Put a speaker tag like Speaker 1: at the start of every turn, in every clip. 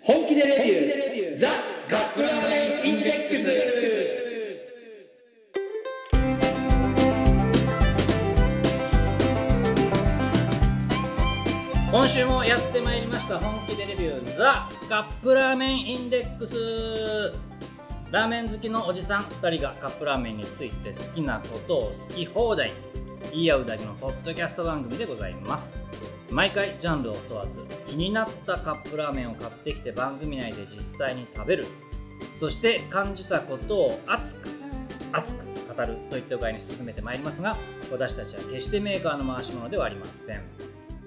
Speaker 1: 本気でレビューザ・カップラーメンインデックス
Speaker 2: 今週もやってまいりました本気でレビューザ・カップラーメンインデックスラーメン好きのおじさん2人がカップラーメンについて好きなことを好き放題言い合うだけのポッドキャスト番組でございます毎回ジャンルを問わず気になったカップラーメンを買ってきて番組内で実際に食べるそして感じたことを熱く熱く語るといった具合に進めてまいりますが私たちは決してメーカーの回し物ではありません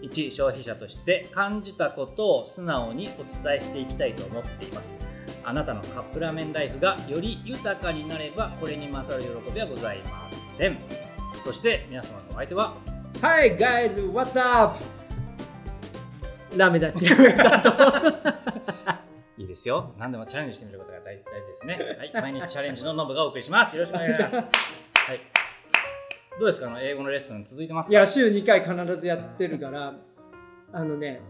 Speaker 2: 一消費者として感じたことを素直にお伝えしていきたいと思っていますあなたのカップラーメンライフがより豊かになればこれに勝る喜びはございませんそして皆様のお相手 は
Speaker 3: Hi guys, what's up? ラーメン大 好きな皆さんと
Speaker 2: いいですよ何でもチャレンジしてみることが大大事ですね、はい、毎日チャレンジのノブがお送りしますよろしくお願いし ます、はい、どうですかあの英語のレッスン続いてます
Speaker 3: い
Speaker 2: か
Speaker 3: や週2回必ずやってるからあのね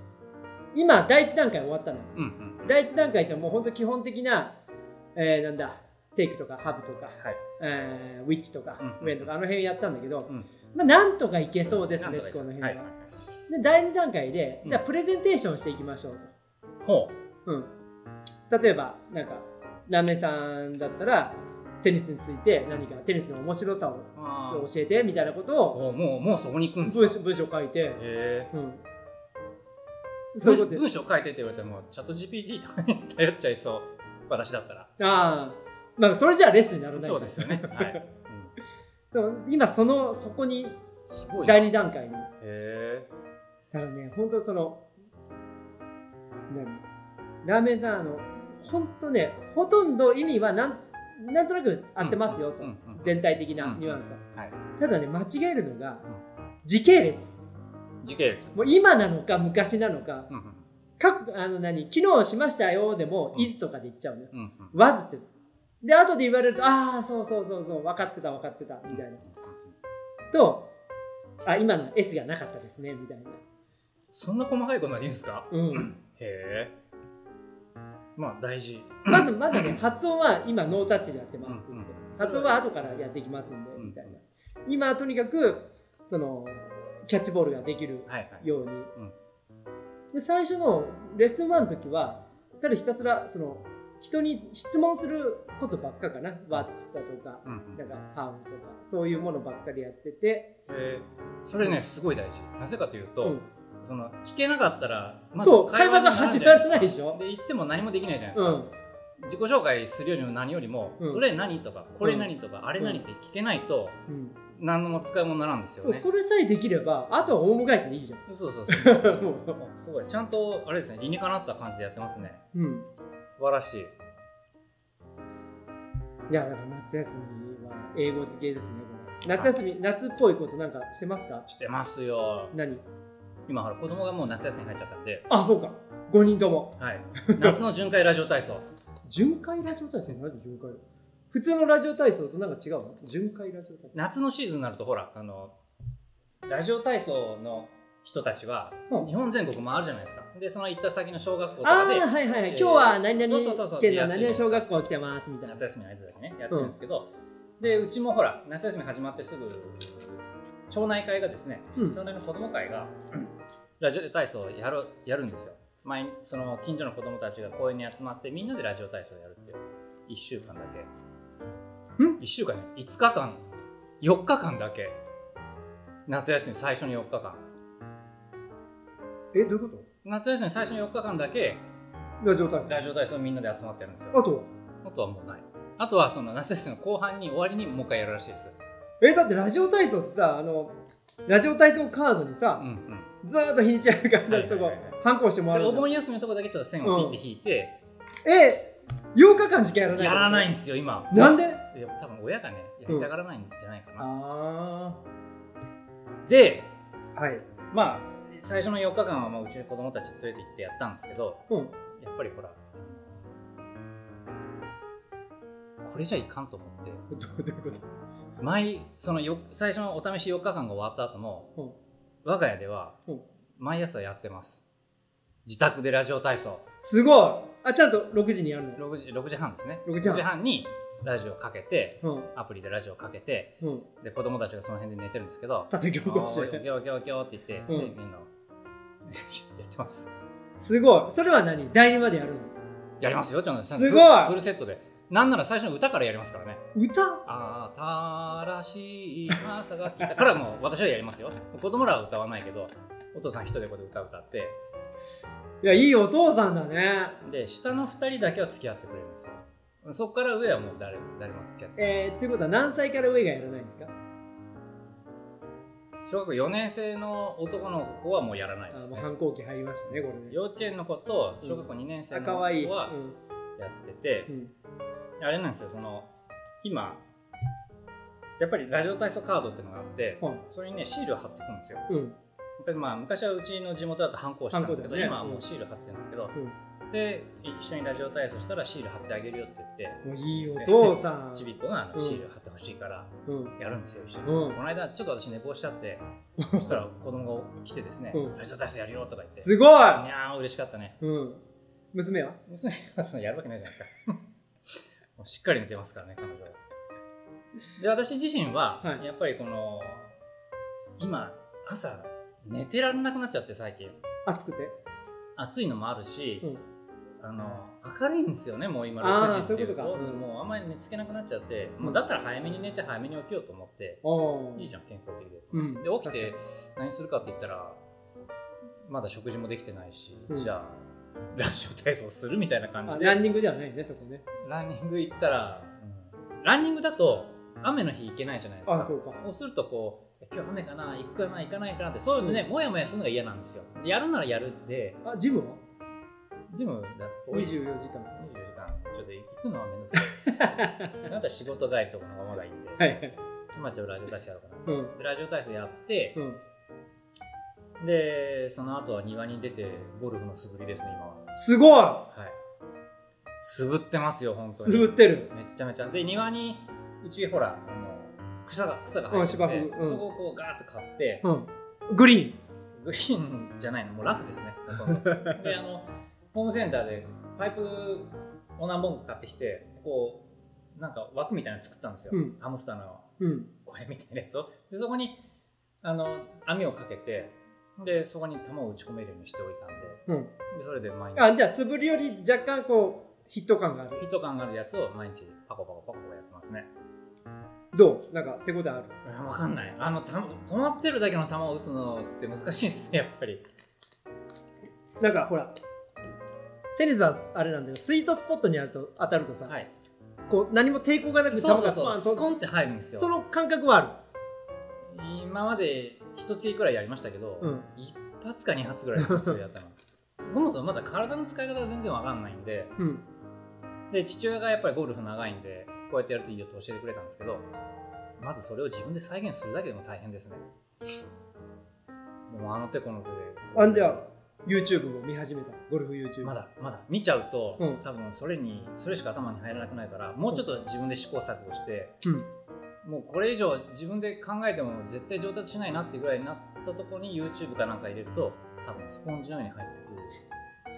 Speaker 3: 今第1段階終わったの
Speaker 2: うんうん
Speaker 3: 第1段階ってもう本当基本的な、えーなんだテイクとかハブとか、
Speaker 2: はい
Speaker 3: えーウィッチとか、
Speaker 2: うん
Speaker 3: ウェンとかあの辺やったんだけど、
Speaker 2: うん
Speaker 3: まあ、なんとかいけそうですね
Speaker 2: なんとか
Speaker 3: この辺
Speaker 2: は
Speaker 3: は、
Speaker 2: い
Speaker 3: で第2段階で
Speaker 2: うん
Speaker 3: じゃあプレゼンテーションしていきましょうと。
Speaker 2: ほ
Speaker 3: うん、例えばなんかラメさんだったらテニスについて何かテニスの面白さを
Speaker 2: うあ
Speaker 3: 教
Speaker 2: ー
Speaker 3: えてみたいなことを
Speaker 2: おもうもうそこに行くんです
Speaker 3: 文
Speaker 2: か
Speaker 3: 章文章書いて、
Speaker 2: へー
Speaker 3: うん、そういうこ
Speaker 2: 文
Speaker 3: とで
Speaker 2: 文章書いてって言われてもチャット GPT とかに頼っちゃいそう私だったら
Speaker 3: ああまあそれじゃあレッスンにならないし
Speaker 2: そうですよね、はいうん、
Speaker 3: でも今そのそこに
Speaker 2: すごいな
Speaker 3: 第
Speaker 2: へ
Speaker 3: 2段階にだ
Speaker 2: え
Speaker 3: からね本当その何ラーメンさんあの本当ねほとんど意味はなんなんとなく合ってますよと、
Speaker 2: うんうん
Speaker 3: 全体的なニュアンスは、
Speaker 2: はい、
Speaker 3: ただね間違えるのが時系列
Speaker 2: 時系列、
Speaker 3: もう今なのか昔なのか
Speaker 2: うんうん
Speaker 3: 各あの何昨日しましたよでも「
Speaker 2: うん
Speaker 3: いず」とかで言っちゃうのよ
Speaker 2: うんうん
Speaker 3: 「わず」ってで後で言われると「ああそうそうそうそう分かってた分かってた」みたいなと「あ今の S がなかったですね」みたいな
Speaker 2: そんな細かいことまで言うんですか
Speaker 3: うん
Speaker 2: へえまあ大事
Speaker 3: まずまだね発音は今ノータッチでやってますって言って
Speaker 2: うんうん
Speaker 3: 発音は後からやっていきますんで
Speaker 2: うん
Speaker 3: みたいな今とにかくそのキャッチボールができる
Speaker 2: はいはい
Speaker 3: ように、
Speaker 2: ん
Speaker 3: で最初のレッスン1の時はただひたすらその人に質問することばっかかな「What's だとか
Speaker 2: う、んうん
Speaker 3: なんか「How」とかそういうものばっかりやってて、
Speaker 2: へーそれねすごい大事なぜかというと、
Speaker 3: うん
Speaker 2: その聞けなかったらまず
Speaker 3: そう会話が始まらないでしょ
Speaker 2: で言っても何もできないじゃないです
Speaker 3: う
Speaker 2: か、
Speaker 3: ん
Speaker 2: 自己紹介するよりも何よりも、
Speaker 3: うん
Speaker 2: それ何とかこれ何とか、あれ何って聞けないと
Speaker 3: うん
Speaker 2: 何のも使い物にならんですよ
Speaker 3: そう
Speaker 2: ね。
Speaker 3: それさえできればあとは大返しでいいじゃん、
Speaker 2: そうそうそう
Speaker 3: もう
Speaker 2: あすごいちゃんとあれですね理にかなった感じでやってますね
Speaker 3: うん、
Speaker 2: 素晴らしい
Speaker 3: いやだから夏休みは英語付けですねこれ夏休み夏っぽいことなんかしてますか
Speaker 2: してますよ
Speaker 3: 何
Speaker 2: 今ほら子供がもう夏休みに入っちゃったんで、
Speaker 3: あそうか5人とも
Speaker 2: はい、夏の巡回ラジオ体操
Speaker 3: 巡回ラジオ体操何巡回普通のラジオ体操となんか違うの巡回ラジオ体操
Speaker 2: 夏のシーズンになるとほらあのラジオ体操の人たちは
Speaker 3: うん
Speaker 2: 日本全国回るじゃないですかでその行った先の小学校と
Speaker 3: あ
Speaker 2: かで
Speaker 3: あはいはいはい、
Speaker 2: え
Speaker 3: 今
Speaker 2: ー
Speaker 3: 日は何
Speaker 2: そうそうそうそ
Speaker 3: 々
Speaker 2: う
Speaker 3: 県の
Speaker 2: やって
Speaker 3: 何
Speaker 2: る
Speaker 3: 々小学校来てますみたいな
Speaker 2: 夏休みの間だけねやってるんですけど、でうちもほら夏休み始まってすぐ町内会がですね
Speaker 3: うん
Speaker 2: 町内の子ども会が ラジオ体操をやるやるんですよ前にその近所の子どもたちが公園に集まってみんなでラジオ体操をやるっていう1週間だけ
Speaker 3: ん
Speaker 2: 1週間じゃない5日間4日間だけ夏休み最初の4日間
Speaker 3: えどういうこ
Speaker 2: 夏休み最初の4日間だけ
Speaker 3: とラジオ体
Speaker 2: ラジオ体操みんなで集まってやるんですよ
Speaker 3: あとは
Speaker 2: あとはもうないあとはその夏休みの後半に終わりにもう一回やるらしいです
Speaker 3: えだってラジオ体操ってさあのラジオ体操カードにさ、
Speaker 2: うんうん
Speaker 3: ずーっと日にちあるから、
Speaker 2: はいはいはいはい
Speaker 3: そこ反抗してもら
Speaker 2: でお
Speaker 3: うじゃん
Speaker 2: 盆休みのとこだけちょっと線をピッて引いて、
Speaker 3: え8日間しかやらない
Speaker 2: やらないん
Speaker 3: ん
Speaker 2: ですよ今
Speaker 3: なんで
Speaker 2: いや多分親がねやりたがらないんじゃないかな、
Speaker 3: あ
Speaker 2: で
Speaker 3: あはい
Speaker 2: まあ最初の4日間はまあうちの子供たち連れて行ってやったんですけど
Speaker 3: うん
Speaker 2: やっぱりほらこれじゃいかんと思って
Speaker 3: どうどういうこと
Speaker 2: 毎そのよ最初のお試し4日間が終わった後も、
Speaker 3: うん
Speaker 2: 我が家では
Speaker 3: うん
Speaker 2: 毎朝やってます自宅でラジオ体操
Speaker 3: すごあちゃんと6時にやるの
Speaker 2: 6時 ,6 時半ですね
Speaker 3: 6時半
Speaker 2: にラジオかけて
Speaker 3: うん
Speaker 2: アプリでラジオかけて
Speaker 3: うん
Speaker 2: で子供たちがその辺で寝てるんですけど
Speaker 3: 叩き
Speaker 2: 「お
Speaker 3: 起こし
Speaker 2: ー
Speaker 3: て
Speaker 2: ギョギョギョ」って言って、
Speaker 3: うん
Speaker 2: でみんな やってます
Speaker 3: すごいそれは何第2までやるの
Speaker 2: やりますよちゃんと
Speaker 3: すごい
Speaker 2: フルフルセットでなんなら最初の歌からやりますからね
Speaker 3: 歌
Speaker 2: あーたらしい朝が来たからもう私はやりますよ子供らは歌わないけどお父さん一人でこうやって歌歌って
Speaker 3: いやいいお父さんだね
Speaker 2: で下の2人だけは付き合ってくれるんですよそっから上はもう誰誰も付き合って
Speaker 3: えー、っていうことは何歳から上がやらないんですか
Speaker 2: 小学4年生の男の子はもうやらないで
Speaker 3: あ
Speaker 2: す
Speaker 3: もう
Speaker 2: ね
Speaker 3: 反抗期入りましたねこれね
Speaker 2: 幼稚園の子と小学校2年生
Speaker 3: あ
Speaker 2: の
Speaker 3: か
Speaker 2: 子
Speaker 3: わ
Speaker 2: はい
Speaker 3: い、うん
Speaker 2: やってて、
Speaker 3: うん、
Speaker 2: あれなんですよその今やっぱりラジオ体操カードっていうのがあって
Speaker 3: はい
Speaker 2: それにねシールを貼っていくんですよ
Speaker 3: うん
Speaker 2: やっぱりまあ昔はうちの地元だと反抗してたんですけど、
Speaker 3: 反抗だよね
Speaker 2: 今はもうシール貼ってるんですけど、
Speaker 3: うん
Speaker 2: で一緒にラジオ体操したらシール貼ってあげるよって言って
Speaker 3: もういいお父さん。
Speaker 2: ちびっ子があ
Speaker 3: う
Speaker 2: の
Speaker 3: ん
Speaker 2: シール貼ってほしいから
Speaker 3: うん。
Speaker 2: やるんですよ一緒に、
Speaker 3: うん
Speaker 2: この間ちょっと私寝坊しちゃってそしたら子供が来てですね、
Speaker 3: うん
Speaker 2: ラジオ体操やるよとか言って
Speaker 3: すごい
Speaker 2: いやー嬉しかったね
Speaker 3: うん。娘は
Speaker 2: 娘がそのやるわけないじゃないですか もうしっかり寝てますからね彼女はで私自身は、
Speaker 3: はい
Speaker 2: やっぱりこの今朝寝てられなくなっちゃって最近
Speaker 3: 熱くて。
Speaker 2: 暑いのもあるし、
Speaker 3: うん
Speaker 2: あの明るいんですよねもう今
Speaker 3: あー
Speaker 2: 6時っていうと
Speaker 3: そういうことかうん
Speaker 2: もうあんまり寝つけなくなっちゃって、
Speaker 3: うん
Speaker 2: もうだったら早めに寝て早めに起きようと思って、
Speaker 3: お
Speaker 2: いいじゃん健康的で、
Speaker 3: うん
Speaker 2: で起きて何するかって言ったらまだ食事もできてないし、
Speaker 3: うん
Speaker 2: じゃあラジオ体操するみたいな感
Speaker 3: あ
Speaker 2: じで
Speaker 3: ランニングではないね、そこね。
Speaker 2: ランニング行ったら、うんランニングだと雨の日行けないじゃないですか
Speaker 3: あ、そうか。
Speaker 2: そうするとこう今日雨かな行くかな行かないかなってそういうのね、もやもやするのが嫌なんですよやるならやるで
Speaker 3: あ、ジム は
Speaker 2: ジムだと
Speaker 3: ?24 時間。
Speaker 2: 24時間ちょっと行くのはめんどくさいなんか仕事帰りとかの方がまだいいんで、
Speaker 3: はいはい。
Speaker 2: 今ちょっとラジオ体操やろうかな
Speaker 3: うん。
Speaker 2: でラジオ体操やって
Speaker 3: う、ん。
Speaker 2: でその後は庭に出てゴルフの素振りですね今は
Speaker 3: すごい
Speaker 2: はい素振ってますよ本当に
Speaker 3: すぶってる。
Speaker 2: めっちゃめちゃで庭にうちほらあの草が草が生
Speaker 3: うん
Speaker 2: えてて
Speaker 3: 芝生うん
Speaker 2: そこをこうガーッと買って、
Speaker 3: うん。グリーン。
Speaker 2: グリーンじゃないのもうラフですねほと んどであのホームセンターでパイプを何本か買ってきてこうなんか枠みたいなの作ったんですよ、
Speaker 3: うん
Speaker 2: ハムスターの
Speaker 3: うん。
Speaker 2: これみたいなやつをでそこにあの網をかけてでそこに球を打ち込めるようにしておいたんで
Speaker 3: うん。
Speaker 2: でそれで毎日
Speaker 3: あ、じゃあ、素振りより若干こう、ヒット感がある。
Speaker 2: ヒット感があるやつを毎日パコパコパコパコやってますね
Speaker 3: どうなんか、手応えある。
Speaker 2: いや わかんないあのた止まってるだけの球を打つのって難しいですねやっ ぱり
Speaker 3: なんか、ほら。テニスはあれなんだよ。スイートスポットにあると当たるとさ、
Speaker 2: はい
Speaker 3: こう何も抵抗がなく
Speaker 2: そう
Speaker 3: て球
Speaker 2: そう
Speaker 3: がスパ
Speaker 2: そう
Speaker 3: ン
Speaker 2: ス
Speaker 3: と
Speaker 2: コンって入るんですよ
Speaker 3: その感覚はある。
Speaker 2: 今まで一月くらいやりましたけど、
Speaker 3: うん
Speaker 2: 一発か二発ぐらいなんですよやったの そもそもまだ体の使い方が全然わかんないんで
Speaker 3: うん。
Speaker 2: で父親がやっぱりゴルフ長いんでこうやってやるといいよと教えてくれたんですけどまずそれを自分で再現するだけでも大変ですねもうあの手この手で
Speaker 3: あんじゃあ YouTube も見始めたゴルフ YouTube
Speaker 2: まだまだ見ちゃうと、
Speaker 3: うん
Speaker 2: 多分それにそれしか頭に入らなくないからもうちょっと自分で試行錯誤して、
Speaker 3: うん
Speaker 2: もうこれ以上自分で考えても絶対上達しないなってぐらいになったところに YouTube かなんか入れると多分スポンジのように入ってくる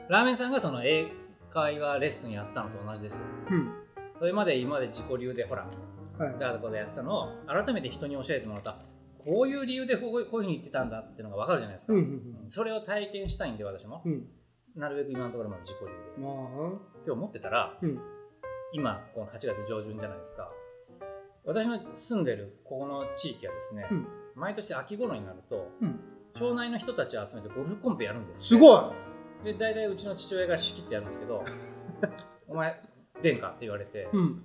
Speaker 2: ラーメンさんがその英会話レッスンやったのと同じですよ
Speaker 3: うん
Speaker 2: それまで今まで自己流でほら
Speaker 3: はい
Speaker 2: ダーとかでやってたのを改めて人に教えてもらったこういう理由でこうこういうふうに言ってたんだっていうのが分かるじゃないですか、
Speaker 3: うん
Speaker 2: それを体験したいんで私も
Speaker 3: うんうん
Speaker 2: なるべく今のところまで自己流で
Speaker 3: うんま
Speaker 2: って思ってたら、
Speaker 3: うん
Speaker 2: 今この8月上旬じゃないですか私の住んでるここの地域はですね、
Speaker 3: うん
Speaker 2: 毎年秋頃になると、
Speaker 3: うん
Speaker 2: 町内の人たちを集めてゴルフコンペやるん
Speaker 3: あ
Speaker 2: です
Speaker 3: すごい
Speaker 2: で大体うちの父親が仕切ってやるんです けど「お前殿下」って言われて、
Speaker 3: うん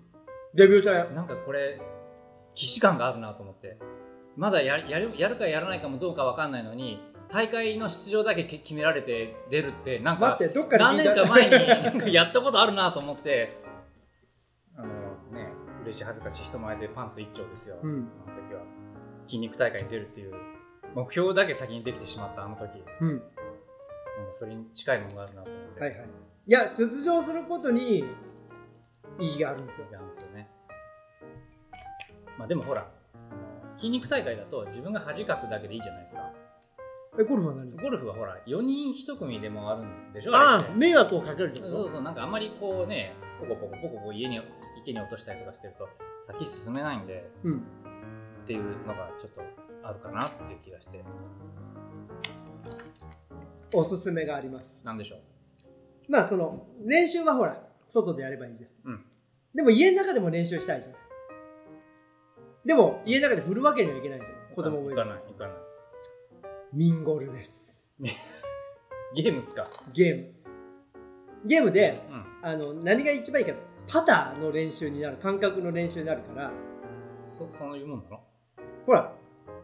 Speaker 3: デビューしたよ
Speaker 2: なんかこれ既視感があるなと思ってまだややるやるかやらないかもどうかわかんないのに大会の出場だけ決められて出るってなんか
Speaker 3: 待ってどっかで
Speaker 2: 何
Speaker 3: 聞い
Speaker 2: 年
Speaker 3: た
Speaker 2: か前になんかやったことあるなと思ってあのね嬉しい恥ずかしい人前でパンツ一丁ですよ、
Speaker 3: う
Speaker 2: あ
Speaker 3: ん
Speaker 2: の時は筋肉大会に出るっていう目標だけ先にできてしまったあの時なんか
Speaker 3: うん
Speaker 2: それに近いものがあるなと思って、
Speaker 3: はいはいいや出場することに意義があるんですよ
Speaker 2: なんですよね、まあ、でもほらあの筋肉大会だと自分が恥かくだけでいいじゃないですか
Speaker 3: え、ゴルフは何
Speaker 2: ゴルフはほら4人1組で回るんでしょ
Speaker 3: あ
Speaker 2: れって
Speaker 3: あ、迷惑をかけるってこ
Speaker 2: そ
Speaker 3: と
Speaker 2: うそうそうなんかあんまりこうねポコポコポコポコ家に池に落としたりとかしてると先進めないんで
Speaker 3: うん。
Speaker 2: っていうのがちょっとあるかなっていう気がして
Speaker 3: おすすめがあります。
Speaker 2: なんでしょう
Speaker 3: まあ、その、練習はほら、外でやればいいじゃん。
Speaker 2: うん
Speaker 3: でも家の中でも練習したいじゃん。でも、家の中で振るわけにはいけないじゃん。子供もい
Speaker 2: 行
Speaker 3: る
Speaker 2: か
Speaker 3: し
Speaker 2: ない。行かない
Speaker 3: ミンゴルです。
Speaker 2: ゲームっすか
Speaker 3: ゲーム。ゲームで、
Speaker 2: うん
Speaker 3: あの、何が一番いいか、パターの練習になる、感覚の練習になるから、
Speaker 2: そそういうもんなの
Speaker 3: ほら、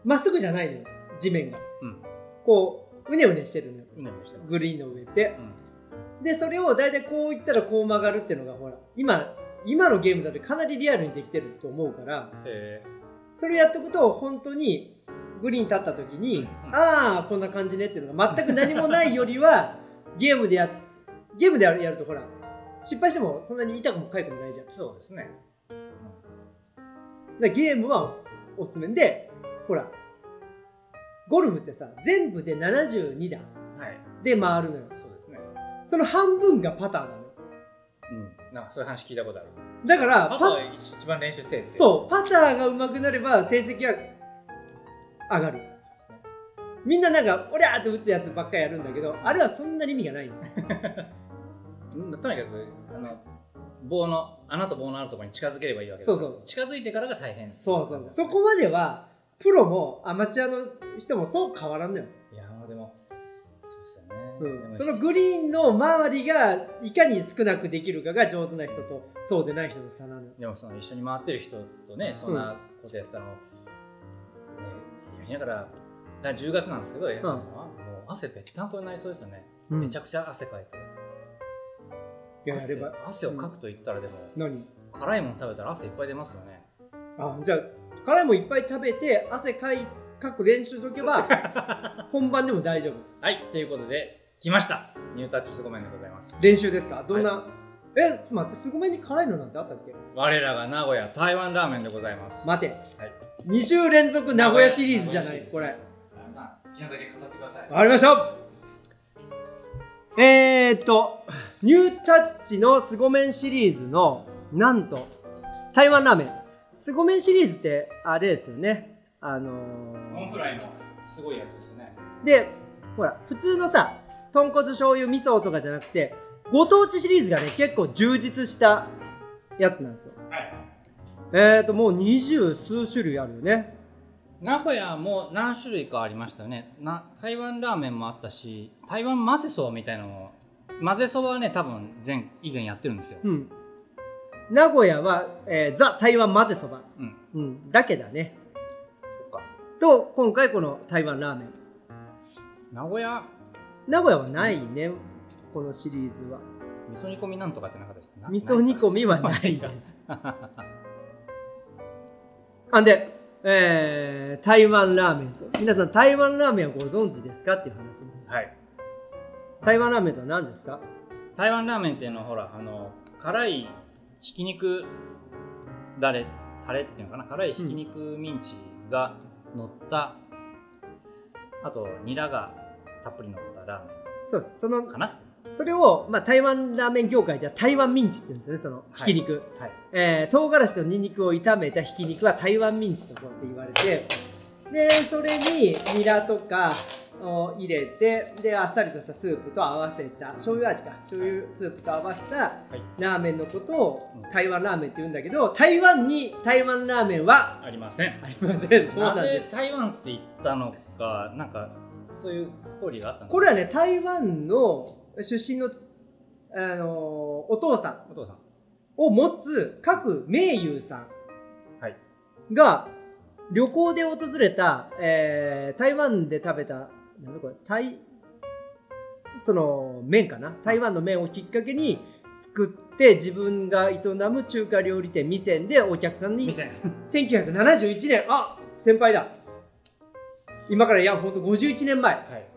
Speaker 3: まっすぐじゃないのよ、地面が。
Speaker 2: うん
Speaker 3: こう、うねうねしてるのよ。
Speaker 2: うねうねしてます
Speaker 3: グリーンの上って
Speaker 2: う。ん
Speaker 3: で、それを大体こういったらこう曲がるっていうのが、ほら、今、今のゲームだってかなりリアルにできてると思うから、
Speaker 2: え
Speaker 3: それをやっておくと、本当に、グリーンに立った時に、
Speaker 2: うん
Speaker 3: ああ、こんな感じねっていうのが、全く何もないより は、ゲームでや、ゲームでやるやると、ほら、失敗してもそんなに痛くもかゆくもないじゃん。
Speaker 2: ー、そうですね
Speaker 3: だからゲームはおすすめでほらゴルフってさ全部で72段
Speaker 2: はい
Speaker 3: で回るのよ
Speaker 2: そうですね
Speaker 3: その半分がパターなの
Speaker 2: うんなんかそういう話聞いたことある
Speaker 3: だから
Speaker 2: あと
Speaker 3: パ
Speaker 2: は一番練習せいです
Speaker 3: そ
Speaker 2: よ
Speaker 3: うパターが上手くなれば成績は上がる
Speaker 2: そうで
Speaker 3: みんななんか「おりゃ!」って打つやつばっかりやるんだけどあれはそんなに意味がないんですよ
Speaker 2: すねうんとにかくあの棒の穴と棒のあるところに近づければいいわけ
Speaker 3: そうそう
Speaker 2: 近づいてからが大 変
Speaker 3: そうそうそこまではプロもアマチュアの人もそう変わらんのよ、
Speaker 2: いやもうでもそうですよね、
Speaker 3: うん
Speaker 2: でも
Speaker 3: そのグリーンの周りがいかに少なくできるかが上手な人とそうでない人の差なのよ
Speaker 2: でもその一緒に回ってる人とねそんなことやったの、ねやりながらだから10月なんですけど、やるのはもう汗べったんこになりそうですよね、
Speaker 3: うん
Speaker 2: めちゃくちゃ汗かいて
Speaker 3: いやや
Speaker 2: 汗
Speaker 3: れば
Speaker 2: 汗をかくと言ったらでも、
Speaker 3: 何
Speaker 2: 辛いもの食べたら汗いっぱい出ますよね
Speaker 3: あじゃあ辛いもんいっぱい食べて汗かいかく練習しとけば 本番でも大丈夫
Speaker 2: はいということで来ましたニュータッチすごめんでございます
Speaker 3: 練習ですかどんな、え待ってすごめんに辛いのなんてあったっけ
Speaker 2: 我らが名古屋台湾ラーメンでございます、
Speaker 3: 待て
Speaker 2: はい、
Speaker 3: 2週連続名古屋シリーズじゃないこれ
Speaker 2: 好きなだけ語ってください
Speaker 3: わかりましたえー、っとニュータッチのすご麺シリーズのなんと台湾ラーメンすご麺シリーズってあれですよねあのー
Speaker 2: ノンフライのすごいやつですね
Speaker 3: でほら普通のさ豚骨醤油味噌とかじゃなくてご当地シリーズがね結構充実したやつなんですよ
Speaker 2: はい
Speaker 3: えーともう二十数種類あるよね
Speaker 2: 名古屋も何種類かありましたよねな台湾ラーメンもあったし台湾混ぜそばみたいなのも混ぜそばはね多分前以前やってるんですよ、
Speaker 3: うん名古屋は、えーザ・台湾混ぜそば、
Speaker 2: うん、
Speaker 3: うん、だけだね
Speaker 2: そっか
Speaker 3: と今回この台湾ラーメン
Speaker 2: 名古屋
Speaker 3: 名古屋はないね、このシリーズは
Speaker 2: 味噌煮込みなんとかってなかったですかな
Speaker 3: 味噌煮込みはないで
Speaker 2: か
Speaker 3: すあんで、えー台湾ラーメンですよ皆さん台湾ラーメンはご存知ですかっていう話です
Speaker 2: はい
Speaker 3: 台湾ラーメンとは何ですか
Speaker 2: 台湾ラーメンっていうのはほらあの辛いひき肉だれタレっていうのかな辛いひき肉ミンチが乗った、あとニラがたっぷり乗ったラ
Speaker 3: そうですそ
Speaker 2: ーメン
Speaker 3: の
Speaker 2: かな
Speaker 3: それを、まあ、台湾ラーメン業界では台湾ミンチって言うんですよねそのひき肉、
Speaker 2: はい
Speaker 3: えー唐辛子とニンニクを炒めたひき肉は台湾ミンチとこうやって言われてでそれにニラとかを入れてであっさりとしたスープと合わせた醤油味か醤油スープと合わせた
Speaker 2: はい
Speaker 3: ラーメンのことを
Speaker 2: うん
Speaker 3: 台湾ラーメンって言うんだけど台湾に台湾ラーメンは
Speaker 2: ありません
Speaker 3: ありませんそうな
Speaker 2: なん
Speaker 3: です
Speaker 2: ぜ台湾って言ったのか、なんかそういうストーリーがあったの
Speaker 3: これはね台湾の出身の、あのーお父さん
Speaker 2: お父さん。
Speaker 3: を持つ各名優さ
Speaker 2: はい。
Speaker 3: んが旅行で訪れた、えー台湾で食べたなんだこれ台その麺かな台湾の麺をきっかけに作って自分が営む中華料理店味仙でお客さんに
Speaker 2: 店。
Speaker 3: 1971年あ先輩だ今からいやほんと51年前
Speaker 2: はい。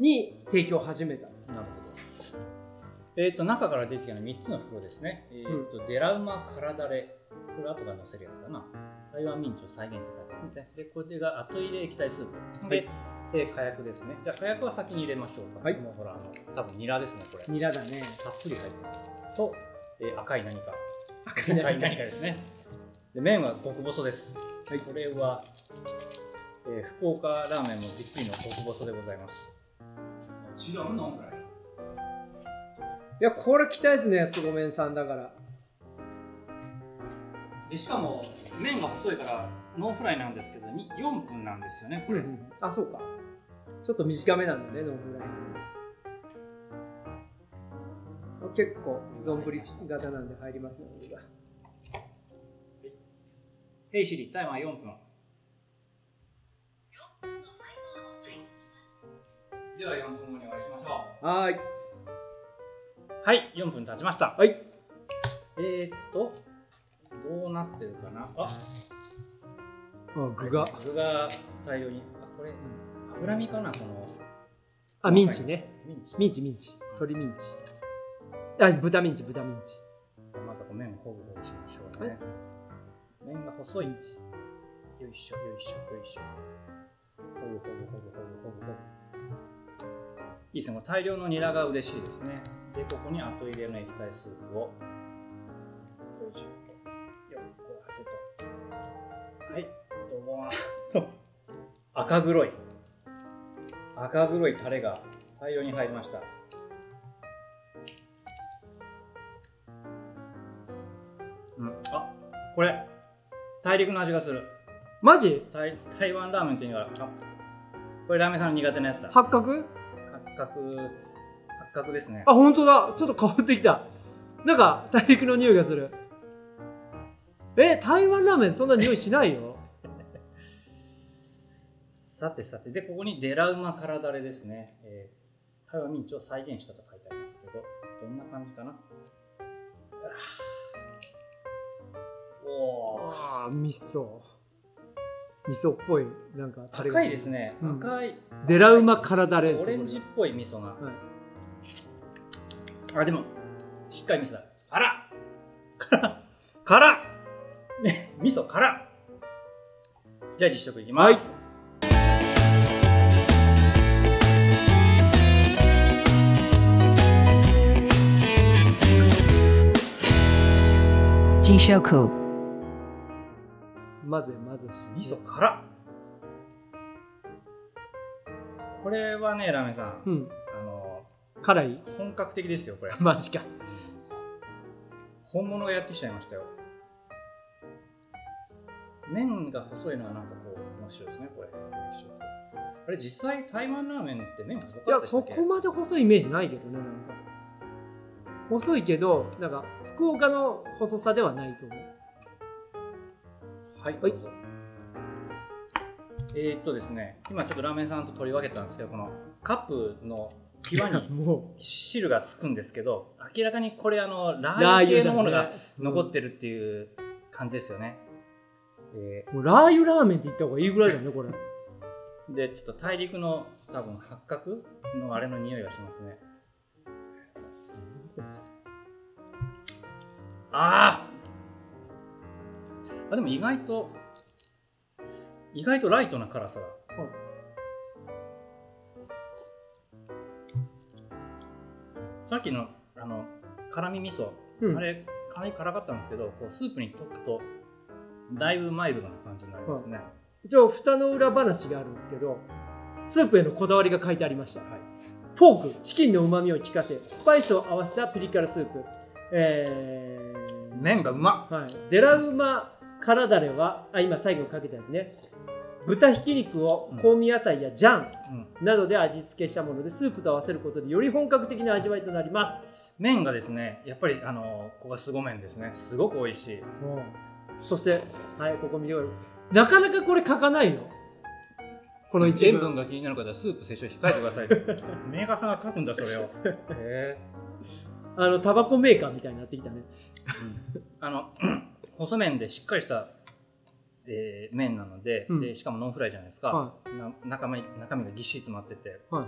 Speaker 3: に提供を始めた
Speaker 2: なるほど。えっ、と中から出てきたのは3つの袋ですね。えっ、と、デラウマカラダレこれ後が載せるやつかな。台湾民調再現って書いてありますね。でこれが後入れ液体スープ。で、
Speaker 3: はい
Speaker 2: えー火薬ですね。じゃあ火薬は先に入れましょうか。
Speaker 3: はい
Speaker 2: もうほらあの多分ニラですねこれ。
Speaker 3: ニラだね
Speaker 2: たっぷり入ってます。と、えー赤い何か。
Speaker 3: 赤
Speaker 2: 赤い何かですね。で麺は極細です。
Speaker 3: はい
Speaker 2: これは、えー福岡ラーメンもびっくりの極細でございます。違うのぐらい。
Speaker 3: いやこれ期待ですねすごめんさんだから
Speaker 2: でしかも麺が細いからノンフライなんですけどに4分なんですよねこれ、
Speaker 3: あそうかちょっと短めなんだねノンフライあ結構丼型なんで入りますね俺が
Speaker 2: ヘイシリタイマー4分では4分後にお会いしましょ
Speaker 3: はーいう
Speaker 2: はい4分経ちました
Speaker 3: はい
Speaker 2: えー、っとどうなってるかなあ
Speaker 3: あ具が
Speaker 2: 具が大量にあこれ脂身かなこの
Speaker 3: あミンチね
Speaker 2: ミンチ
Speaker 3: ミンチミンチ鶏ミンチあ豚ミンチ豚ミンチ
Speaker 2: まずはこう麺をほぐほぐしましょうね麺が細いよいしょよいしょよいしょほぐほぐほぐほぐほぐほぐいいですねこの大量のニラが嬉しいですねでここに後入れの液体スープをよいしょよっこらせとはいドボーンと赤黒い赤黒いタレが大量に入りましたうん、あこれ大陸の味がする
Speaker 3: マジ
Speaker 2: 台台湾ラーメンっていうのがあこれラーメンさんの苦手なやつだ八
Speaker 3: 八角
Speaker 2: 角八角ですね
Speaker 3: あ本当だちょっと変わってきたなんか大陸の匂いがするえ台湾ラーメンそんな匂いしないよ
Speaker 2: さてさてでここにデラウマカラダレですね、えー台湾ミンチを再現したと書いてありますけどどんな感じかなあらおー
Speaker 3: ああ味噌味噌っぽいなんかタレが
Speaker 2: 赤いですね、
Speaker 3: うん
Speaker 2: 赤い
Speaker 3: デラウマカラダレです
Speaker 2: オレンジっぽい味噌が、
Speaker 3: は
Speaker 2: あでもしっかり味噌だ 辛っ辛っ辛っ味噌辛っじゃあ実食いきます、
Speaker 4: Jishoku.
Speaker 3: 混ぜ混ぜし
Speaker 2: 味噌辛っこれはねラーメンさん、
Speaker 3: うん
Speaker 2: あの
Speaker 3: 辛い
Speaker 2: 本格的ですよこれ
Speaker 3: マジか
Speaker 2: 本物がやってきちゃいましたよ麺が細いのはなんかこう面白いですねこれあれ実際台湾ラーメンって麺細かっ
Speaker 3: い
Speaker 2: た
Speaker 3: や
Speaker 2: でした
Speaker 3: そ
Speaker 2: っけ
Speaker 3: こまで細いイメージないけどねなんか細いけどなんか福岡の細さではないと思う
Speaker 2: はい、
Speaker 3: はい
Speaker 2: どうぞえー、っとですね今ちょっとラーメンさんと取り分けたんですけどこのカップの際に
Speaker 3: も
Speaker 2: 汁がつくんですけど明らかにこれあのラ
Speaker 3: うラー
Speaker 2: ー油
Speaker 3: 油
Speaker 2: 系のもの
Speaker 3: だ
Speaker 2: が
Speaker 3: ね
Speaker 2: 残ってるっていう感じですよね、え
Speaker 3: もうラー油ラーメンって言った方がいいぐらいだねこれ
Speaker 2: ーでちょっと大陸の多分八角のあれの匂いがしますねあーあでも意外と意外とライトな辛さださっきのあの辛み味噌
Speaker 3: うん
Speaker 2: あれかなり辛かったんですけどこうスープに溶くとだいぶマイルドな感じになりますね、
Speaker 3: 一応蓋の裏話があるんですけどスープへのこだわりが書いてありました、ポークチキンのうまみを効かせスパイスを合わせたピリ辛スープえー
Speaker 2: 麺がうま
Speaker 3: はい、デラウマ辛だれはあ今最後にかけたやつね豚ひき肉を香味野菜やジャン
Speaker 2: っ、うん、
Speaker 3: などで味付けしたものでスープと合わせることでより本格的な味わいとなります
Speaker 2: 麺がですねやっぱりあのここが凄麺ですねすごく美味しい
Speaker 3: そしてはいここ見てくださいなかなかこれ書かないのこの一
Speaker 2: 塩
Speaker 3: 文
Speaker 2: 分が気になる方はスープ摂取控えてくださいメーカーさんが書くんだそれをへえ
Speaker 3: あのタバコメーカーみたいになってきたね
Speaker 2: あの 細麺でしっかりした、えー麺なので,、
Speaker 3: うん
Speaker 2: でしかもノンフライじゃないですか、
Speaker 3: は
Speaker 2: な中身中身がぎっしり詰まってて
Speaker 3: いは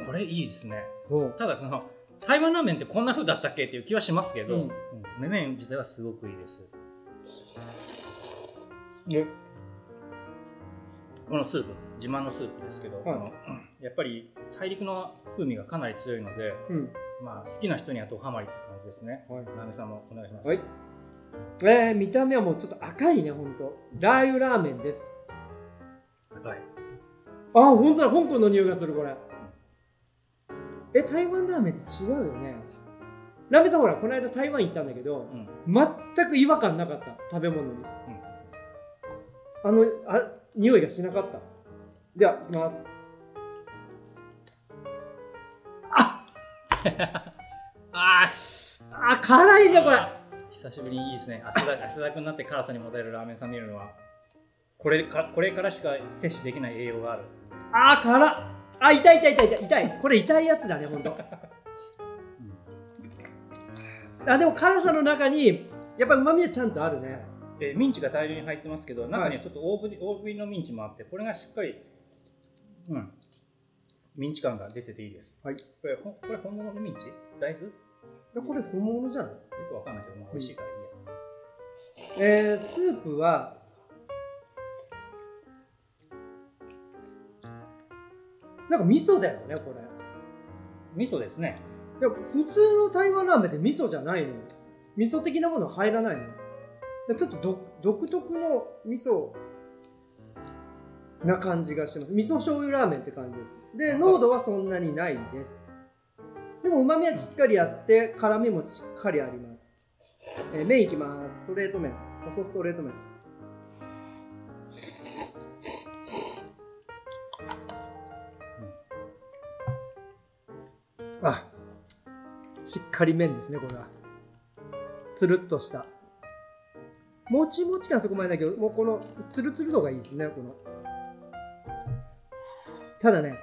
Speaker 3: い
Speaker 2: これいいですね
Speaker 3: ほう
Speaker 2: ただその台湾ラーメンってこんな風だったっけっていう気はしますけど、
Speaker 3: う
Speaker 2: うんん麺自体はすごくいいですこのスープ自慢のスープですけど、
Speaker 3: はい
Speaker 2: あの やっぱり大陸の風味がかなり強いので、
Speaker 3: うん
Speaker 2: まあ、好きな人にはドハマりって感じですね
Speaker 3: はい
Speaker 2: ラーメンさんもお願いします、
Speaker 3: はいえー見た目はもうちょっと赤いねほんとラー油ラーメンです
Speaker 2: 硬い
Speaker 3: あ本当だ香港の匂いがするこれえ台湾ラーメンって違うよねラーメンさんほらこの間台湾行ったんだけど
Speaker 2: うん
Speaker 3: 全く違和感なかった食べ物に、あのあ匂いがしなかったではいきます
Speaker 2: ああ
Speaker 3: あ辛いねこれ
Speaker 2: 久しぶりにいいですね汗だ 汗だくになって辛さにもたえるラーメンさん見るのはこれかこれからしか摂取できない栄養がある
Speaker 3: あー辛っあ痛い痛い痛い痛い痛いこれ痛いやつだねほんとあでも辛さの中にやっぱうまみはちゃんとあるね
Speaker 2: えーミンチが大量に入ってますけど中にはちょっと大ぶり,、大ぶりのミンチもあってこれがしっかり、うん、ミンチ感が出てていいです、
Speaker 3: はい、
Speaker 2: これほんこれ本物のミンチ大豆よ
Speaker 3: いやこれ本物じゃない
Speaker 2: くわかんないけど、まあ、美味しいからいいや、
Speaker 3: えースープはなんか味噌だよねこれ
Speaker 2: 味噌ですね
Speaker 3: いや普通の台湾ラーメンって味噌じゃないのよ味噌的なものは入らないのよでちょっとど独特の味噌な感じがします味噌醤油ラーメンって感じですで濃度はそんなにないですでもうまみはしっかりあって辛みもしっかりあります、えー麺いきますストレート麺細ストレート麺あしっかり麺ですねこれはつるっとしたもちもち感そこまでないけどもうこのつるつる度がいいですねこのただね
Speaker 2: はい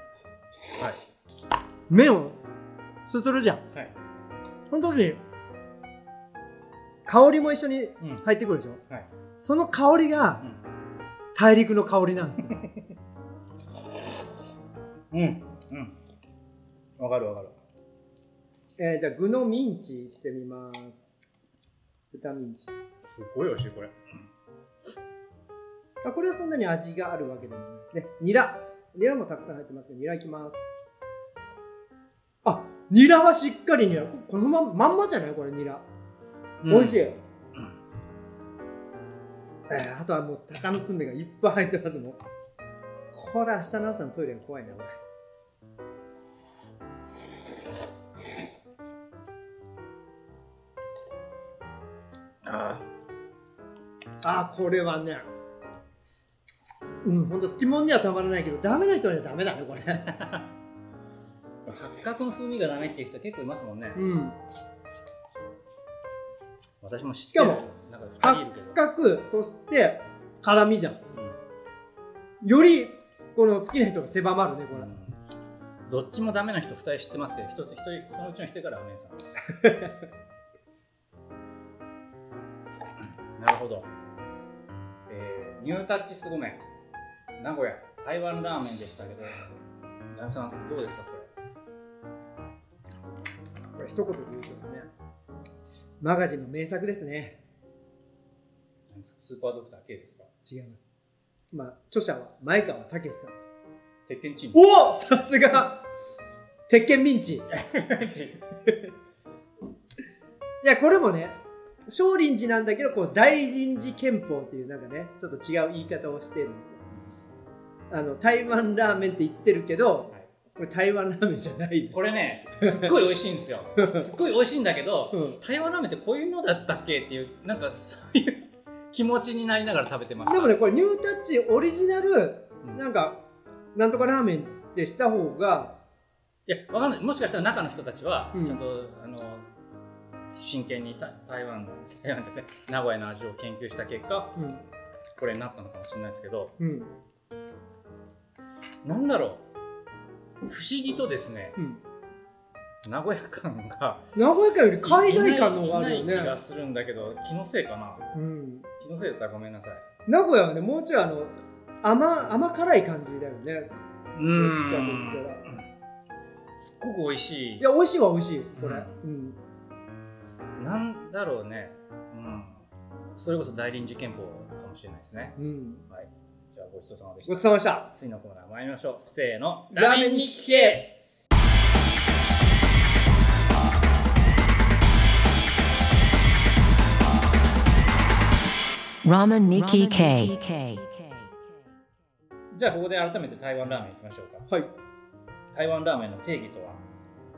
Speaker 3: 麺をすするじゃん
Speaker 2: はい、
Speaker 3: その時に香りも一緒に
Speaker 2: うん
Speaker 3: 入ってくるでしょ、
Speaker 2: はい
Speaker 3: その香りが大陸の香りなんです よ
Speaker 2: うんうんうんわかるわかる
Speaker 3: えーじゃあ具のミンチいってみます豚ミンチ
Speaker 2: すごい美味しいこれ
Speaker 3: あこれはそんなに味があるわけでもないですね。ニラ。ニラもたくさん入ってますけど、ニラいきます。あ、ニラはしっかりニラ。このまんまんまじゃないこれニラ。美味しい。えーあとはもう鷹の爪がいっぱい入ってますもん。これ明日の朝のトイレが怖いな、これ。
Speaker 2: あ
Speaker 3: あーこれはねうんほんと好きもんにはたまらないけどダメな人にはダメだねこれ
Speaker 2: あ八角の風味がダメっていう人結構いますもんね、
Speaker 3: うん
Speaker 2: 私も知ってる
Speaker 3: しかも
Speaker 2: なんか2人いるけど
Speaker 3: 八角そして辛みじゃん
Speaker 2: うん
Speaker 3: よりこの好きな人が狭まるねこれ、
Speaker 2: うんどっちもダメな人2人知ってますけど、一つ一人そのうちの一人からラーメン屋さんです。 なるほど。えーニュータッチスゴメン、名古屋、台湾ラーメンでしたけど、ラーメンさん、どうですか、こ
Speaker 3: これ一言で言うとですねマガジンの名作ですね
Speaker 2: れ。スーパードクター K ですか
Speaker 3: 違いますまあ著者は前川武さんです
Speaker 2: 鉄拳チーム。
Speaker 3: おおさすが鉄拳ミン チいやこれもね少林寺なんだけどこう大臨時憲法っていうなんかねちょっと違う言い方をしてるんですよあの台湾ラーメンって言ってるけど
Speaker 2: はい
Speaker 3: これ台湾ラーメンじゃないです
Speaker 2: これね、すっごい美味しいんですよ。すっごい美味しいんだけど、
Speaker 3: うん、
Speaker 2: 台湾ラーメンってこういうのだったっけっていう、なんかそういう気持ちになりながら食べてました。
Speaker 3: でもねこれニュータッチオリジナル
Speaker 2: うん
Speaker 3: なんかなんとかラーメンってした方が
Speaker 2: いや、わかんない。もしかしたら中の人たちは、
Speaker 3: うん
Speaker 2: ちゃんと、あの、真剣に台台湾の、台湾ですね、名古屋の味を研究した結果、
Speaker 3: うん、
Speaker 2: これになったのかもしれないですけど、
Speaker 3: うん
Speaker 2: なんだろう。不思議とですね、
Speaker 3: うん、
Speaker 2: 名古屋感が、
Speaker 3: 名古屋間より海外感の方があるよ
Speaker 2: いない気
Speaker 3: ね
Speaker 2: がするんだけど、気のせいかな。
Speaker 3: うん
Speaker 2: 気のせいだったらごめんなさい。
Speaker 3: 名古屋はねもうちょいあの甘甘辛い感じだよね
Speaker 2: うー
Speaker 3: ど
Speaker 2: ん
Speaker 3: っちかと言ったら
Speaker 2: すっごく美味しい
Speaker 3: いや美味しいは美味しいこれ、
Speaker 2: う
Speaker 3: うん
Speaker 2: なんだろうね、うん、それこそ大臨時憲法かもしれないですね
Speaker 3: うん、
Speaker 2: はいじゃあごちそうさまでし
Speaker 3: ごちそうさ
Speaker 2: た
Speaker 3: までした
Speaker 2: 次のコーナー参りましょうせーの
Speaker 3: ラーメンに
Speaker 2: 聞け
Speaker 4: ラーメンに聞け
Speaker 2: じゃあここで改めて台湾ラーメンいきましょうか
Speaker 3: はい
Speaker 2: 台湾ラーメンの定義とは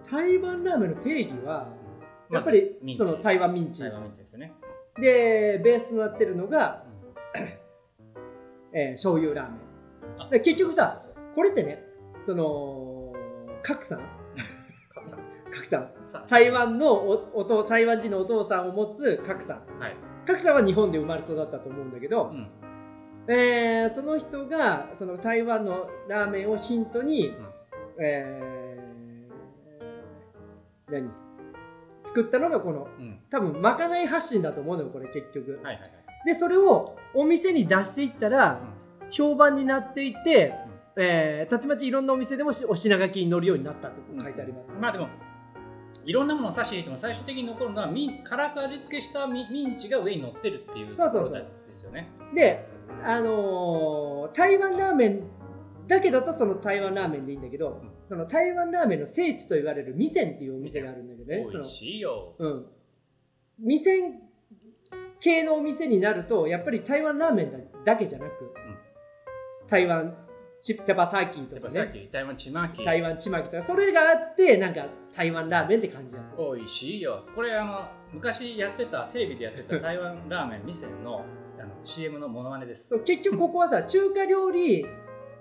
Speaker 3: 台湾ラーメンの定義はや
Speaker 2: ま
Speaker 3: っ
Speaker 2: ず
Speaker 3: ぱり
Speaker 2: ミンチ
Speaker 3: その台湾ミンチ
Speaker 2: 台湾ミンチですよね、
Speaker 3: でベースとなってるのが、えー、醤油ラーメンで結局さこれってねその格さん
Speaker 2: 格差
Speaker 3: 格さん
Speaker 2: さあ
Speaker 3: 台湾のおお父台湾人のお父さんを持つ格さん
Speaker 2: はい、
Speaker 3: 格さんは日本で生まれ育ったと思うんだけ
Speaker 2: う
Speaker 3: ど、
Speaker 2: ん
Speaker 3: えーその人がその台湾のラーメンをヒントに、えー何作ったのがこの
Speaker 2: うん
Speaker 3: 多分まかない発信だと思うのよこれ結局、
Speaker 2: はいはいはい、
Speaker 3: でそれをお店に出していったら、評判になっていて、えーたちまちいろんなお店でもしお品書きに載るようになったと書いてあります、
Speaker 2: まあでもいろんなものを差し入れても最終的に残るのはミン辛く味付けしたミミンチが上に乗ってるっていう
Speaker 3: そうそうそう
Speaker 2: ところですよね
Speaker 3: であのー台湾ラーメンだけだとその台湾ラーメンでいいんだけど、
Speaker 2: ん
Speaker 3: その台湾ラーメンの聖地と言われる味仙っていうお店があるんだけどね
Speaker 2: 美味しいよ
Speaker 3: そのうん味仙系のお店になるとやっぱり台湾ラーメンだだけじゃなく、台湾チッテパサーキー
Speaker 2: や
Speaker 3: と
Speaker 2: っぱ
Speaker 3: か
Speaker 2: さっ
Speaker 3: ね
Speaker 2: き台湾ちまき
Speaker 3: 台湾ちまきとかそれがあってなんか台湾ラーメンって感じがする
Speaker 2: 美味しいよこれあの昔やってたテレビでやってた台湾ラーメン店のあの CM のモノマネです
Speaker 3: そう結局ここはさ中華料理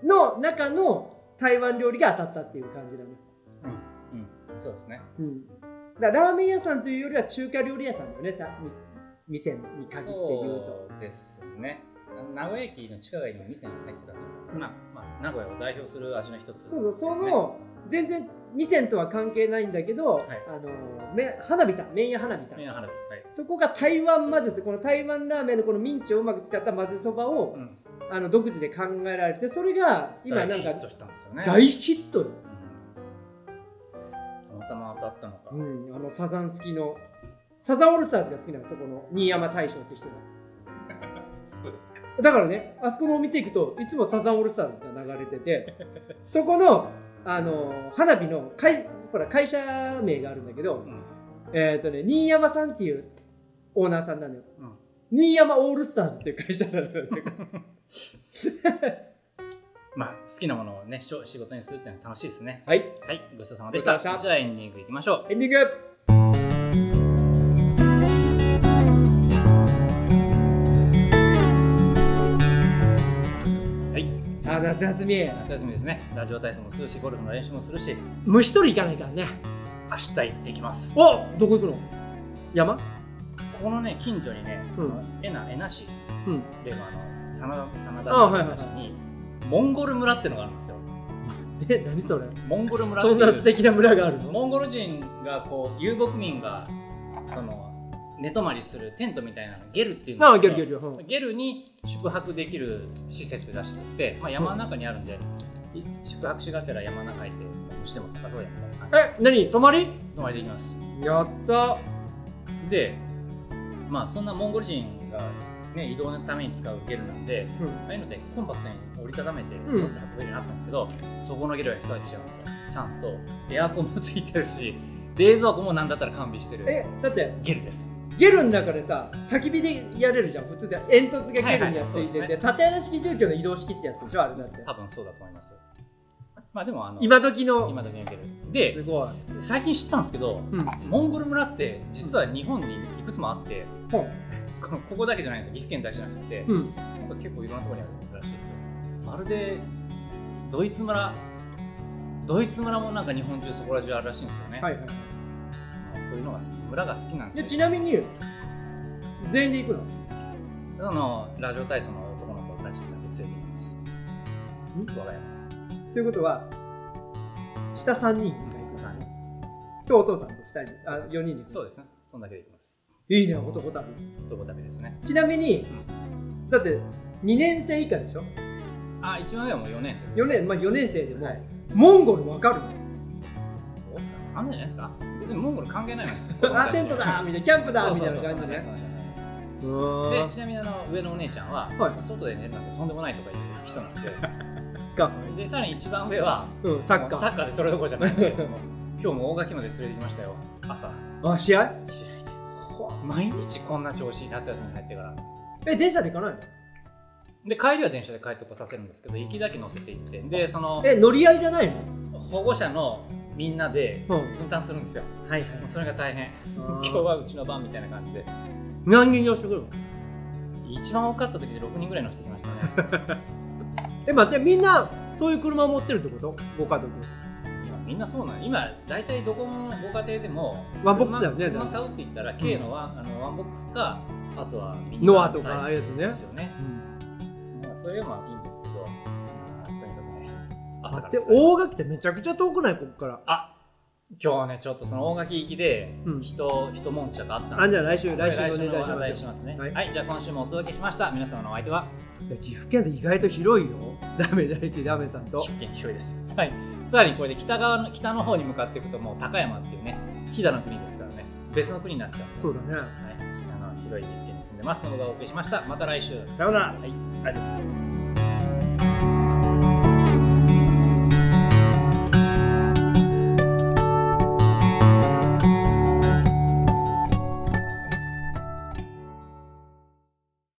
Speaker 3: の中の台湾料理が当たったっていう感じだね、
Speaker 2: そうですね
Speaker 3: うん、だからラーメン屋さんというよりは中華料理屋さんだよねた店店に限って言うと
Speaker 2: そうですねあの名古屋駅の地下街にも店が入ってたと思うまあ、まあ、名古屋を代表する味の一つです
Speaker 3: そ
Speaker 2: ね、
Speaker 3: うそうその全然店とは関係ないんだけど、
Speaker 2: い
Speaker 3: あのめ花火さん麺屋花火さん
Speaker 2: 麺花火はい、
Speaker 3: そこが台湾混ぜてこの台湾ラーメンのこのミンチをうまく使った混ぜそばを、
Speaker 2: うん
Speaker 3: あの独自で考えられてそれが今なん
Speaker 2: 大ヒッ
Speaker 3: か
Speaker 2: トしたんですよね
Speaker 3: 大ヒットよ、
Speaker 2: うんたまたま当たったのか、
Speaker 3: うん、あのサザン好きのサザンオールスターズが好きなのそこの新山大将って人が
Speaker 2: そうですか
Speaker 3: だからねあそこのお店行くといつもサザンオールスターズが流れて てそこのあの花火の会ほら会社名があるんだけど、
Speaker 2: うん
Speaker 3: えっ、とね新山さんっていうオーナーさんなのよ、
Speaker 2: うん
Speaker 3: 新山オールスターズっていう会社なの よ
Speaker 2: まあ好きなものをねしょ仕事にするっていうのは楽しいですね
Speaker 3: はい
Speaker 2: はいごちそうさまでした
Speaker 3: ごちそうさまでした
Speaker 2: じゃあエンディングいきましょう
Speaker 3: エンディング
Speaker 2: はい
Speaker 3: さあ夏休み
Speaker 2: 夏休みですねラジオ体操もするしゴルフの練習もするし
Speaker 3: 虫取り行かないからね
Speaker 2: 明日行ってきます
Speaker 3: おどこ行くの山
Speaker 2: このね近所にね、
Speaker 3: うん
Speaker 2: あのえなえな市
Speaker 3: うん
Speaker 2: でもあの棚田棚田
Speaker 3: あはいはいはい
Speaker 2: 棚田にモンゴル村ってのがあるんですよ
Speaker 3: で何それ
Speaker 2: モンゴル村って
Speaker 3: そんな素
Speaker 2: いう
Speaker 3: 敵な村があるの
Speaker 2: モンゴル人がこう遊牧民がその寝泊まりするテントみたいなのゲルっていうんですけど
Speaker 3: ああゲルゲルゲル、うん
Speaker 2: ゲルに宿泊できる施設らしくて、まあ、山の中にあるんで、い宿泊しがてら山の中へ行って虫でも探そうやみたいな感じで
Speaker 3: え何泊まり
Speaker 2: 泊まりできます
Speaker 3: やった
Speaker 2: でまあそんなモンゴル人が、ね、移動のために使うゲルなんでああいうのでコンパクトに折りたためて
Speaker 3: ん
Speaker 2: 持って運べるようになったんですけど、そこのゲルは一味違うんですよちゃんとエアコンもついてるし冷蔵庫も何だったら完備してる
Speaker 3: えだって
Speaker 2: ゲルです
Speaker 3: ゲルの中でさ焚き火でやれるじゃん普通で煙突がゲルにはついて
Speaker 2: はいはいそうです
Speaker 3: て
Speaker 2: ね
Speaker 3: 縦穴式住居の移動式ってやつでしょあれだって
Speaker 2: 多分そうだと思いますまあでもあの
Speaker 3: 今時の
Speaker 2: 今だけのゲル
Speaker 3: す
Speaker 2: で
Speaker 3: ごい、
Speaker 2: 最近知ったんですけど
Speaker 3: うん
Speaker 2: モンゴル村って実は日本にいくつもあって、
Speaker 3: ほん
Speaker 2: このここだけじゃないんですよ岐阜県だけじゃなくて、
Speaker 3: うん、
Speaker 2: なんか結構いろんなところにあるらしいですよまるでドイツ村ドイツ村もなんか日本中そこら中あるらしいんですよね、
Speaker 3: はいはい
Speaker 2: そういうのが好き村が好きなん
Speaker 3: で
Speaker 2: です
Speaker 3: ち
Speaker 2: よ
Speaker 3: なみに全員で行くの
Speaker 2: あのラジオ体操の男の子たちだけ全員います我が家の
Speaker 3: ということは下3人
Speaker 2: さん
Speaker 3: とお父さんと2人あ4人で行
Speaker 2: そう
Speaker 3: く
Speaker 2: ですねそんだけできます
Speaker 3: いいね男旅
Speaker 2: 男旅ですね
Speaker 3: ちなみにだって2年生以下でしょ
Speaker 2: あ一番上はもう4年生
Speaker 3: 4年まあ4年生でも、モンゴルわかるの
Speaker 2: あるんじゃないですか別にモンゴル関係ない もん
Speaker 3: あテント だみたいなキャンプだみたいな感じ
Speaker 2: で
Speaker 3: ねう
Speaker 2: で
Speaker 3: ーん
Speaker 2: ちなみにあの上のお姉ちゃんは、
Speaker 3: はい
Speaker 2: 外で寝るなんてとんでもないとか言う人なん
Speaker 3: か
Speaker 2: ででさらに一番上は
Speaker 3: うんサッ
Speaker 2: もう
Speaker 3: カ
Speaker 2: サ
Speaker 3: ー
Speaker 2: ッカーでそれどころじゃないもう 今日も大垣まで連れてきましたよ朝
Speaker 3: あ試合
Speaker 2: 試合で毎日こんな調子いい夏休みに入ってから
Speaker 3: え電車で行かないの
Speaker 2: で帰りは電車で帰ってこさせるんですけど行きだけ乗せて行ってでその
Speaker 3: え乗り合いじゃないの
Speaker 2: 保護者のみんなで
Speaker 3: うん
Speaker 2: 分担するんですよ
Speaker 3: はいはい
Speaker 2: もうそれが大変今
Speaker 3: 今
Speaker 2: 日はうちの番みたいな感じで
Speaker 3: 何人乗してくるの
Speaker 2: 一番多かった時で6人ぐらい乗せてきました ね
Speaker 3: え待ってみんなそういう車を持ってるってことご家族
Speaker 2: 今みんなそうなん今大体どこのご家庭でも
Speaker 3: ワンボックスだよね
Speaker 2: 車車買うって言ったら軽のワン,、あのワンボックスかあとはミニ
Speaker 3: ノアと
Speaker 2: バン
Speaker 3: かあ
Speaker 2: タ
Speaker 3: あ
Speaker 2: イ
Speaker 3: いう
Speaker 2: プ
Speaker 3: や
Speaker 2: で
Speaker 3: つ
Speaker 2: す
Speaker 3: ね
Speaker 2: よねまあそういうのはいいんですけどまあとにかくね朝から
Speaker 3: で
Speaker 2: 疲れます
Speaker 3: 大垣ってめちゃくちゃ遠くないここから
Speaker 2: あ今日ねちょっとその大垣行きで
Speaker 3: うん
Speaker 2: 人、人悶着あったん
Speaker 3: あ
Speaker 2: で
Speaker 3: んじゃあ来週来週の
Speaker 2: 来週
Speaker 3: ね
Speaker 2: の
Speaker 3: 大
Speaker 2: お
Speaker 3: 丈夫
Speaker 2: 話
Speaker 3: で
Speaker 2: し
Speaker 3: しょ
Speaker 2: ますね
Speaker 3: は
Speaker 2: はいい、じゃあ今週もお届けしました皆様のお相手はい
Speaker 3: や岐阜県で意外と広いよダメ大輝ダメさんと
Speaker 2: 岐阜県広いですさらにさらにこれで北側の北の方に向かっていくともう高山っていうね飛騨の国ですからね別の国になっちゃうんで
Speaker 3: そうだね
Speaker 2: はい、北の広い岐阜県に住んでますのがお送りしましたまた来週
Speaker 3: さようなら
Speaker 2: はい
Speaker 3: ありがとうございます